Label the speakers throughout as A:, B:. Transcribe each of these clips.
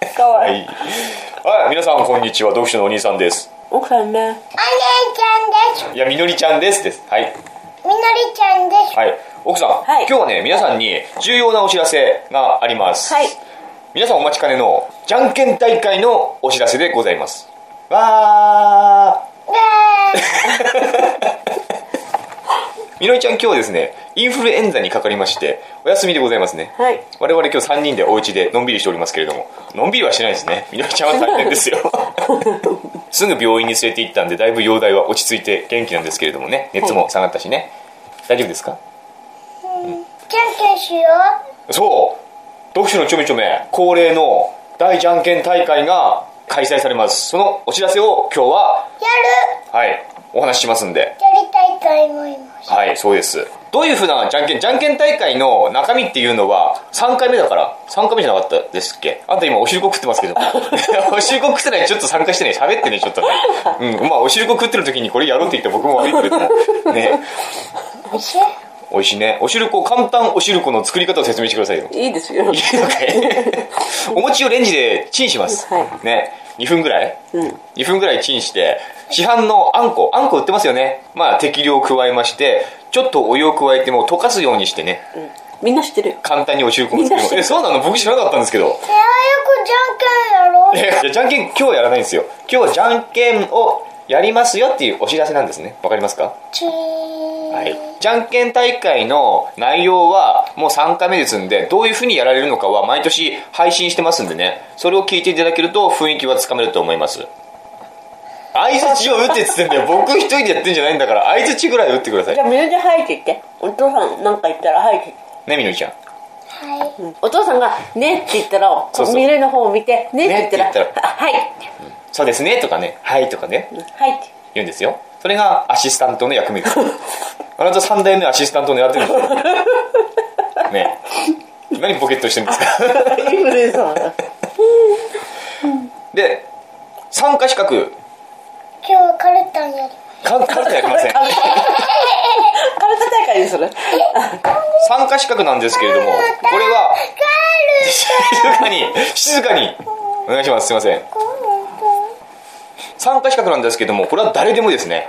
A: はい、皆さんこんにちは。読書のお兄さんです。
B: 奥さんね
C: お姉ちゃんです。
A: いや、みのりちゃんですです。はい。
C: みのりちゃんです。
A: はい。奥さん、
B: はい
A: 今日はね、皆さんに重要なお知らせがあります。
B: はい
A: 皆さんお待ちかねの、じゃんけん大会のお知らせでございます。わ
C: わ
A: ー。みのりちゃん今日ですね、インフルエンザにかかりまして、お休みでございますね。
B: はい
A: 我々今日3人でお家でのんびりしておりますけれどものんびりはしないですねみのりちゃんは大変ですよすぐ病院に連れて行ったんでだいぶ容体は落ち着いて元気なんですけれどもね熱も下がったしね、大丈夫ですか
C: ーじゃんけんしよ
A: そう読書のちょめちょめ恒例の大じゃんけん大会が開催されますそのお知らせを今日は
C: う。やる。
A: はいお話ししますんで
C: やりたいと思います。
A: はいそうですどういうふうなじゃんけんじゃんけん大会の中身っていうのは3回目だから3回目じゃなかったですっけあんた今お汁粉食ってますけど お汁粉食ってないちょっと参加してね喋ってねちょっとねうんまあお汁粉食ってる時にこれやろうって言って僕も悪いけれどもね
C: おいしい。は
A: 美味しいねお汁粉簡単お汁粉の作り方を説明してくださいよ
B: いいですよ
A: いいのかいお餅をレンジでチンします、
B: は
A: ね2分ぐらい、
B: うん
A: 2分ぐらいチンして市販のあんこあんこ売ってますよねまあ適量加えましてちょっとお湯を加えてもう溶かすようにしてね
B: みんな知ってるよ
A: 簡単にお汁粉を作
B: みんな知っ
A: る
B: て
A: えそうなの僕知らなかったんですけ ど
C: や、よくじゃんけんやろう。
A: いやじゃんけん今日やらないんですよ今日はじゃんけんをやりますよっていうお知らせなんですねわかりますか
C: チーン。
A: はい、じゃんけん大会の内容はもう3回目ですんでどういうふうにやられるのかは毎年配信してますんでねそれを聞いていただけると雰囲気はつかめると思います相づちを打ってっつってんだよ僕一人でやってんじゃないんだから相づちぐらい打ってください
B: じゃあみのりちゃん「はい」って言ってお父さんなんか言ったら「はい」って言って
A: ねみのりちゃん
C: はい。
B: うんお父さんが「ね」って言ったらこ
A: そうそう
B: みのりの方を見て「ね」って言
A: ね
B: っ
A: ったて言
B: ら
A: っ
B: 「あはい」って
A: そうですねとかねはいとかね
B: うんはい」って
A: 言うんですよそれがアシスタントの役目ですあなた3代目アシスタントを狙ってるんですよねえ何ポケットしてるんですか
B: インフルエンサー
A: で参加資格
C: 今日はカルタンやります。
A: かカルタやりません
B: カルタ大会にする
A: 参加資格なんですけれどもこれ は
C: カル
A: 静かに静かにお願いしますすいません参加資格なんですけどもこれは誰でもですね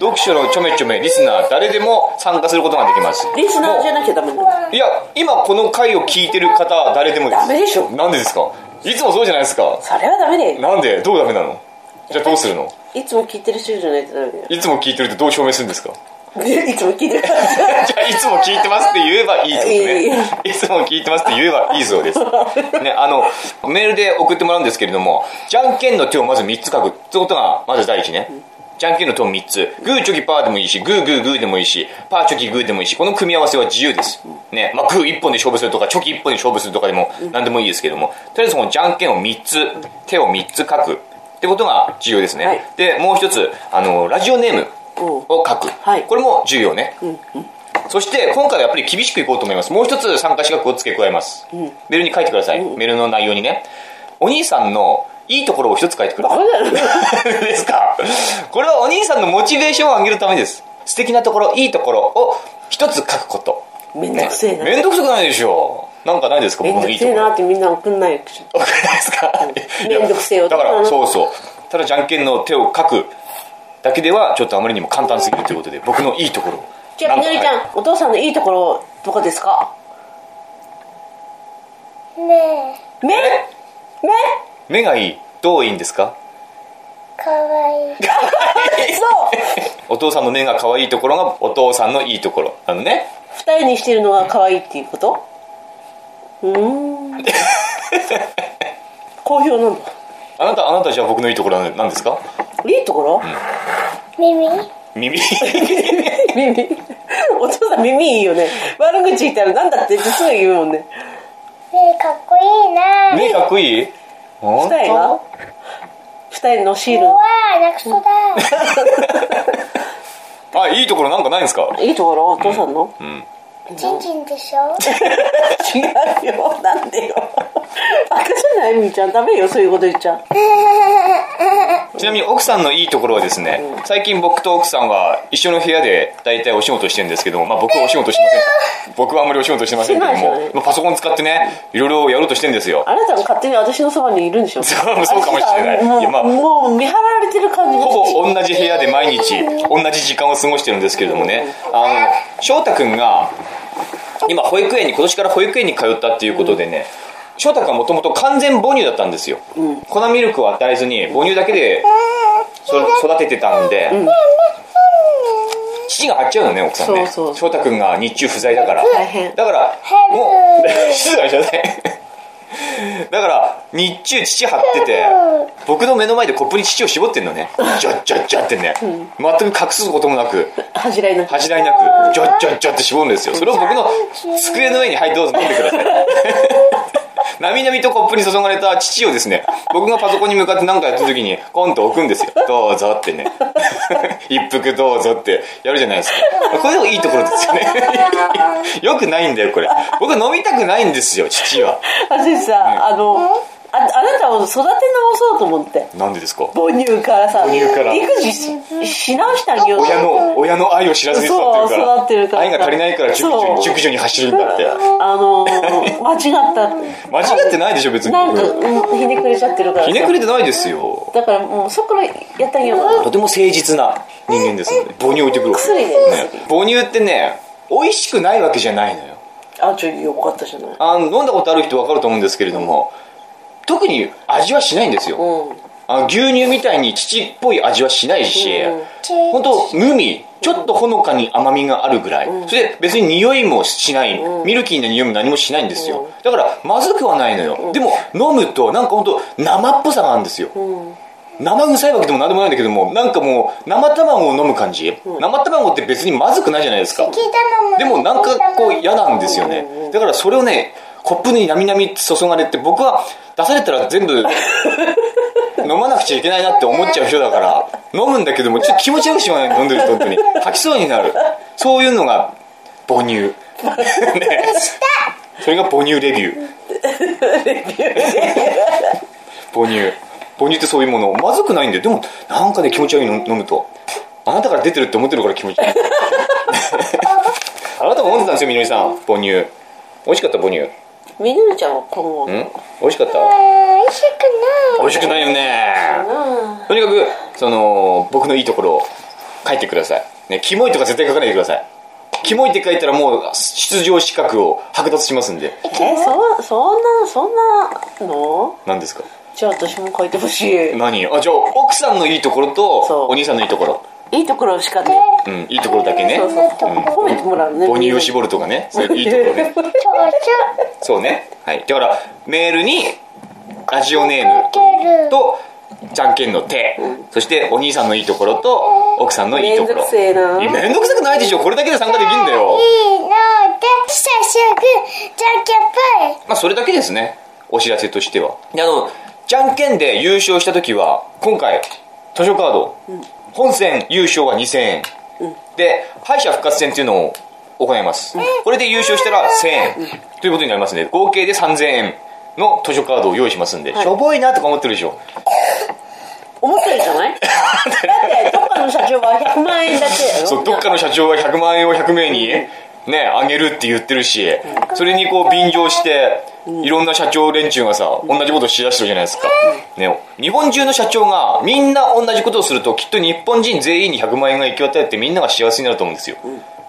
A: 読書のちょめちょめリスナー誰でも参加することができます
B: リスナーじゃなきゃダメなの
A: いや今この回を聞いてる方は誰でもです
B: ダメでしょ
A: なんでですかいつもそうじゃないですか
B: それはダメだよ
A: なんでどうダメなのじゃあどうするの
B: いつも聞いてる人じゃないとダメだよ
A: いつも聞いてるってどう証明するんですか
B: いつも聞いてる
A: じ ゃあいつも聞いてますって言えばいいってことねいつも聞いてますって言えばいいそうですねあのメールで送ってもらうんですけれどもじゃんけんの手をまず3つ書くってことがまず第一ねじゃんけんの手を3つグーチョキパーでもいいしグーグーグーでもいいしパーチョキグーでもいいしこの組み合わせは自由です、ねまあ、グー1本で勝負するとかチョキ1本で勝負するとかでも何でもいいですけれどもとりあえずこのじゃんけんを3つ手を3つ書くってことが重要ですね、
B: はい
A: でもう一つあのラジオネームを書く、
B: はい
A: これも重要ね、そして今回はやっぱり厳しくいこうと思いますもう一つ参加資格を付け加えます、メールに書いてください、メールの内容にねお兄さんのいいところを一つ書いてくる
B: バカだよ
A: ですかこれはお兄さんのモチベーションを上げるためです素敵なところいいところを一つ書くこと
B: めんどくせえな
A: めんどくさくないでしょなんかないですか
B: め
A: 僕
B: ん
A: の
B: どく
A: いい
B: せ
A: とこ
B: え
A: ろ
B: なってみんな送んないでしょ
A: わかりますか
B: んめんどくせえ
A: いやだ
B: 男
A: か
B: だな
A: らそうそうただじゃんけんの手を書くだけではちょっとあまりにも簡単すぎるということで僕のいいところを
B: じゃ
A: な
B: あみ
A: か
B: のりち
A: はい
B: ゃんお父さんのいいところどこですか
C: タン。ね
B: 目目
A: え目がいいどういいんですか
C: え。かわいい。
B: そう
A: お父さんの目が可愛いところがお父さんのいいところあのね
B: 二重にしてるのが可愛いっていうことうーん好評なんだ
A: あなたあなたじゃあ僕のいいところは何ですか
B: いいところ
C: 耳。
A: 耳
B: 耳お父さん耳いいよね悪口言ったらなんだってってすぐ言うもんね
C: ねえ、かっこいいな。
A: 目かっこいい本
B: 二重が二重のシー
C: うわあ、なくそだ。
A: 当あいいところなんかないんですか
B: ルいいところお父さんの、
C: ちんちんでしょ。
B: 違うよなんでよバカじゃないみーちゃんダメよそういうこと言っちゃ
A: ちなみに奥さんのいいところはですね、最近僕と奥さんは一緒の部屋で大体お仕事してるんですけども、まあ僕はお仕事してません。僕はあんまりお仕事してませんけど
B: してない
A: も
B: じゃな、い
A: まあパソコン使ってね、いろいろやろうとしてるんですよ。
B: あなたが勝手に私のそばにいるんでしょ
A: そうそうかもしれない
B: あたもう
A: いやまあ
B: もう見張られてる感じが
A: ほぼ同じ部屋で毎日同じ時間を過ごしてるんですけれどもねあの翔太君が今保育園に今年から保育園に通ったっていうことでね翔太君はもともと完全母乳だったんですよ、粉ミルクを与えずに母乳だけでそ育ててたんで、父が張っちゃうのね奥さんね
B: そうそう
A: 翔太君が日中不在だから
B: 大変
A: だからも う 静かにしなさいだから日中父張ってて僕の目の前でコップに乳を絞ってんのねジャッジャッジャってね、全く隠すこともなく
B: 恥じらいなく
A: 恥じらいなくジャッジャッジャって絞るんですよそれを僕の机の上にはいどうぞ飲んでください なみなみとコップに注がれた乳をですね僕がパソコンに向かって何かやってる時にコンと置くんですよどうぞってね 一服どうぞってやるじゃないですかこれもいいところですよね よくないんだよこれ僕飲みたくないんですよ乳は
B: 私さ、あのああなたを育て直そうと思って
A: なんでですか
B: 母乳からさ
A: 母乳から
B: 育児しし直してあげよう
A: 親の親の愛を知らずに育ってるから
B: そう育ってるから
A: 愛が足りないから熟
B: そ
A: 女
B: う
A: 熟女に走るんだって
B: あのー間違ったって
A: 間違ってないでしょ別に
B: なんか、うんひねくれちゃってるからさ
A: ひねくれてないですよ
B: だからもうそこからやってあげようかな
A: とても誠実な人間ですので母乳置いてくるわけ
B: 薬ね
A: 母乳ってね美味しくないわけじゃないのよ
B: あちょよかったじゃない
A: あの飲んだことある人分かると思うんですけれども特に味はしないんですよ、
B: うん
A: あの牛乳みたいに乳っぽい味はしないし、
B: うん
A: 本当無味ちょっとほのかに甘みがあるぐらい、それで別に匂いもしない、ミルキーな匂いも何もしないんですよ、だからまずくはないのよ、でも飲むとなんか本当生っぽさがあるんですよ、生臭いわけでも何でもないんだけどもなんかもう生卵を飲む感じ、生卵って別にまずくないじゃないですか
C: 聞いたのも
A: でもなんかこう嫌なんですよねだからそれをねコップになみなみ注がれて僕は出されたら全部飲まなくちゃいけないなって思っちゃう人だから飲むんだけどもちょっと気持ち悪くしまうない飲んでると本当に吐きそうになるそういうのが母乳ねそれが母乳レビュー母乳母乳ってそういうものまずくないんだよでもなんかね気持ち悪いの飲むとあなたから出てるって思ってるから気持ち悪いあなたも飲んでたんですよみのりさん母乳美味しかった母乳ん
B: みのりちゃんは今後
A: 美味しかった
C: うん美味しく
A: 美
C: ない
A: 味しくないよね
B: うん
A: とにかくその僕のいいところを書いてくださいねキモいとか絶対書かないでくださいキモいって書いたらもう出場資格を剥奪しますんで
B: えそそんなそんなの
A: 何ですか
B: じゃあ私も書いてほしい
A: 何あじゃあ奥さんのいいところ
B: そ
A: と
B: う
A: お兄さんのいいところ
B: いいところしかね
A: うんいいところだけね
B: そうそうそう
A: うん
B: 褒めてもらうね
A: 母乳を絞るとかねそういういいところ ね
C: ちょ
A: そうねはいだからメールにラジオネーム
C: ちょける
A: とじゃんけんの手、そしてお兄さんのいいところと奥さんのいいところ
B: めんどくせえない
A: やめんどくさくないでしょこれだけで参加できるんだよ、
C: いいので久しぶりじゃんけんぽい
A: まあ、それだけですねお知らせとしてはであのじゃんけんで優勝した時は今回図書カード、本戦優勝は2000円、で敗者復活戦っていうのを行います、これで優勝したら1000円、ということになりますね合計で3000円の図書カードを用意しますんで、
B: い
A: しょぼいなとか思ってるでしょ
B: 思ってるじ ゃないだってどっかの社長は100万円だけだ よ
A: そうどっかの社長が100万円を100名にねあげるって言ってるしそれにこう便乗していろんな社長連中がさ同じことをしだしてるじゃないですか、ね、日本中の社長がみんな同じことをするときっと日本人全員に100万円が行き渡ってみんなが幸せになると思うんですよ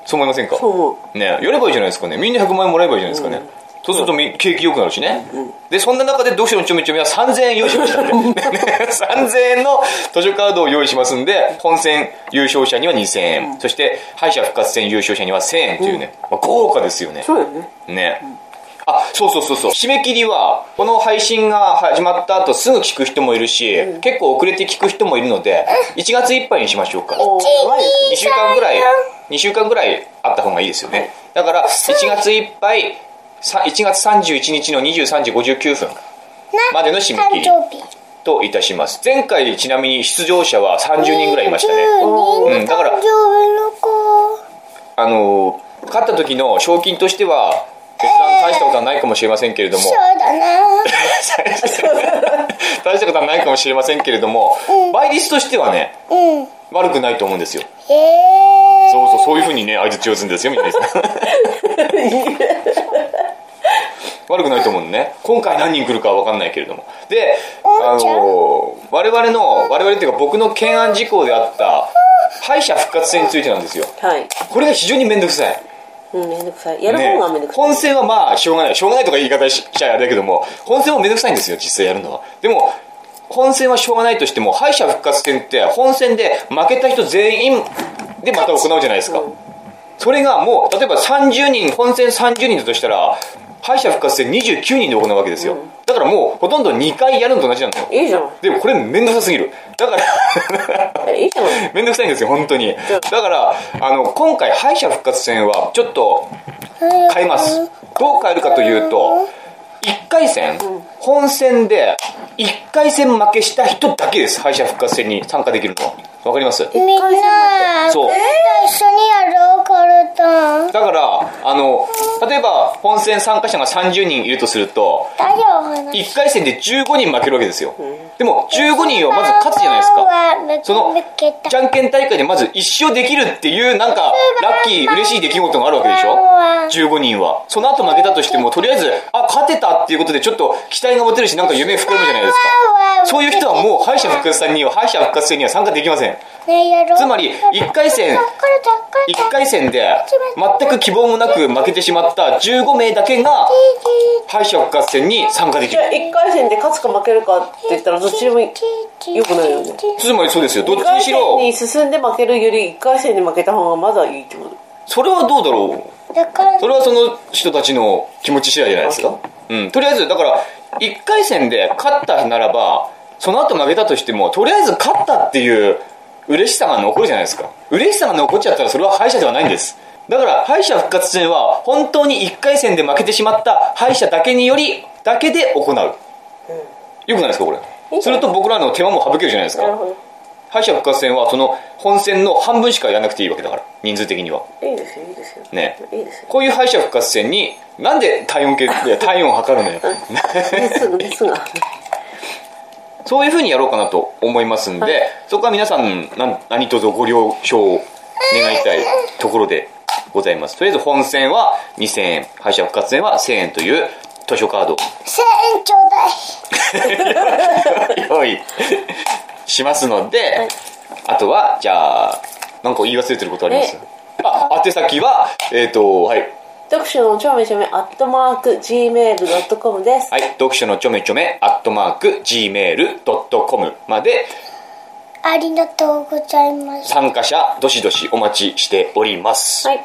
A: そう思いませんか
B: そう思
A: ねやればいいじゃないですかねみんな100万円もらえばいいじゃないですかね、そうするとみ景気良くなるしね、でそんな中で読書のちょめちょめは3000円用意しましたんで3000円の図書カードを用意しますんで本戦優勝者には2000円、そして敗者復活戦優勝者には1000円というね、まあ、豪華ですよね
B: そうよね
A: ね、あそうそうそうそう締め切りはこの配信が始まった後すぐ聞く人もいるし、結構遅れて聞く人もいるので1月いっぱいにしましょうか
B: おやばいよ
A: 2週間ぐらい2週間ぐらいあった方がいいですよねだから1月いっぱいさ1月31日の23時59分までの締め切り
C: 誕生日
A: といたします前回ちなみに出場者は30人ぐらいいましたね
C: 12
A: うん
C: の
A: だ
C: 誕
A: から
C: 生日の子
A: あの勝った時の賞金としては決断大したことはないかもしれませんけれども
C: そうだな。
A: 大したことはないかもしれませんけれども倍率としてはね
C: うん。
A: 悪くないと思うんですよ
C: へえ。
A: そうそうそういうふうにね相槌を打つんですよみんなですね悪くないと思うのね今回何人来るかは分かんないけれどもであ
C: おーちゃん
A: の我々の我々っていうか僕の懸案事項であった敗者復活戦についてなんですよ
B: はい。
A: これが非常に面倒くさい
B: うん、めんどくさい。やる方がめんどくさい。
A: 本戦はまあしょうがないしょうがないとか言い方しちゃあれだけども本戦もめんどくさいんですよ実際やるのはでも本戦はしょうがないとしても敗者復活戦って本戦で負けた人全員でまた行うじゃないですか、それがもう例えば30人本戦30人だとしたら敗者復活戦29人で行うわけですよ、だからもうほとんど2回やるのと同じなんですよ
B: いいじゃん。
A: でもこれめんどくさすぎるだから
B: えいいじゃん。
A: めんどくさいんですよ本当にだからあの今回敗者復活戦はちょっと変えますどう変えるかというと1回戦本戦で1回戦負けした人だけです敗者復活戦に参加できるのはわかります
C: みんな、
A: そう
C: 一緒にやろう、カルタン。
A: だからあの例えば本戦参加者が30人いるとすると
C: 誰を話
A: 1回戦で15人負けるわけですよでも15人をまず勝つじゃないですか
C: か
A: そのじゃんけん大会でまず一勝できるっていうなんかラッキー嬉しい出来事があるわけでしょ15人はその後負けたとしてもとりあえずあ勝てたっていうことでちょっと期待が持てるしなんか夢膨らむじゃないですかそういう人はもう敗者復活戦には敗者復活戦には参加できません
C: ねやろう
A: つまり一回戦
C: カルタンカルタン
A: 1回戦で全く希望もなく負けてしまった15名だけが敗者復活戦に参加でき
B: じゃ
A: る
B: あ、1回戦で勝つか負けるかって言ったら、どっちでもいい。良くないよね
A: つまりそうですよどっ
B: 2
A: ち
B: 回
A: にし
B: 戦
A: ろ
B: に進んで負けるより、1回戦で負けた方がまだいいってこと。
A: それはどうだろう
C: だから
A: それはその人たちの気持ち次第じゃないですか、うん、とりあえずだから1回戦で勝ったならばその後負けたとしてもとりあえず勝ったっていう嬉しさが残るじゃないですか嬉しさが残っちゃったらそれは敗者ではないんですだから敗者復活戦は本当に1回戦で負けてしまった敗者だけによりだけで行う、よくないですかこ
B: いい
A: れ
B: んじ
A: そ
B: ゃ
A: れ
B: ない
A: と僕らの手間も省けるじゃないです
B: なる
A: か
B: ほ
A: 敗者復活戦はその本戦の半分しかやらなくていいわけだから人数的には
B: ど。いいですよ、いいですよ。
A: ね
B: いいですよ。
A: こういう敗者復活戦に、なんで体温計で体温を測るのよ。
B: すぐ、すぐ。
A: そういう風にやろうかなと思いますんで、
B: はい
A: そこは皆さん、なん何卒ご了承を願いたいところでございます。とりあえず本戦は2000円、敗者復活戦は1000円という図書カードを
C: 千円ちょうだい
A: 用意 しますので、あとは、じゃあ、なんか言い忘れてることあります
B: え
A: あ、宛先は、えっ、と、はい。
B: 読書のちょめちょめ、アットマーク、gmail.com です。
A: はい、読書のちょめちょめ、アットマーク、gmail.com まで、
C: ありがとうございますは
A: 参加者どしどしお待ちしております、
B: はい。
C: い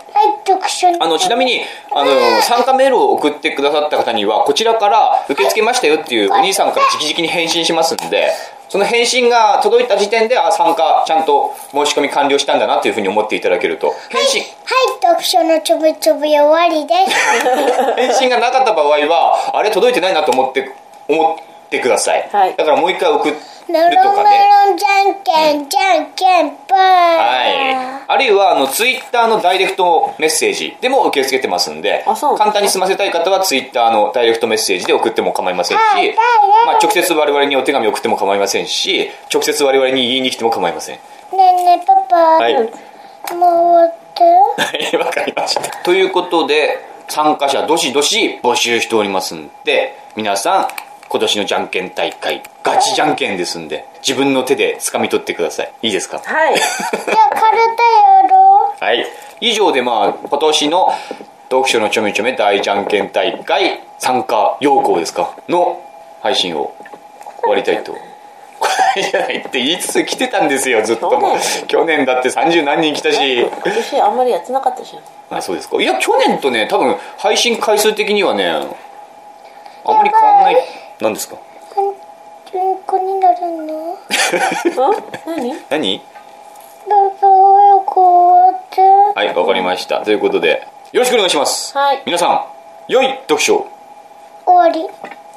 C: 読書に
A: あのちなみにあの参加メールを送ってくださった方にはこちらから受け付けましたよっていうお兄さんから直々に返信しますんでその返信が届いた時点であ参加ちゃんと申し込み完了したんだなというふうに思っていただけると返信
C: はい読書のちょぶちょぶ終わりです
A: 返信がなかった場合はあれ届いてないなと思って思ってください、
B: はい
A: だからもう一回送ると
C: メロンメ
A: かね
C: ロンじゃんけんじゃんけんぽい
A: はい。あるいは、あの、ツイッターのダイレクトメッセージでも受け付けてますんで
B: あそう、
A: 簡単に済ませたい方は、ツイッターのダイレクトメッセージで送っても構いませんし
C: はいはい、
A: まあ、直接我々にお手紙送っても構いませんし、直接我々に言いに来ても構いません。
C: ねえねえパパ、
A: はい。は
C: もう終わってる
A: い、わかりました。ということで、参加者どしどし募集しておりますんで、皆さん、今年のじゃんけん大会、ガチじゃんけんですんで、自分の手で掴み取ってください。いいですか
B: はい。
C: じゃあカルタやろう
A: はい。以上で、まあ、今年の読書のちょめちょめ大じゃんけん大会参加要項ですかの配信を終わりたいと。これじゃないって言いつつ来てたんですよ、ずっともう。去年だって30何人来たし。
B: 今年あんまりやってなかったじゃん。
A: あ、そうですか。いや、去年とね、多分配信回数的にはね、あんまり変わんない。何ですか
C: うんこになるの
B: ん何
A: 何
C: パパ早く終わって
A: はい、わかりました。ということで、よろしくお願いします。
B: はい
A: 皆さん、良い読書を
C: 終わり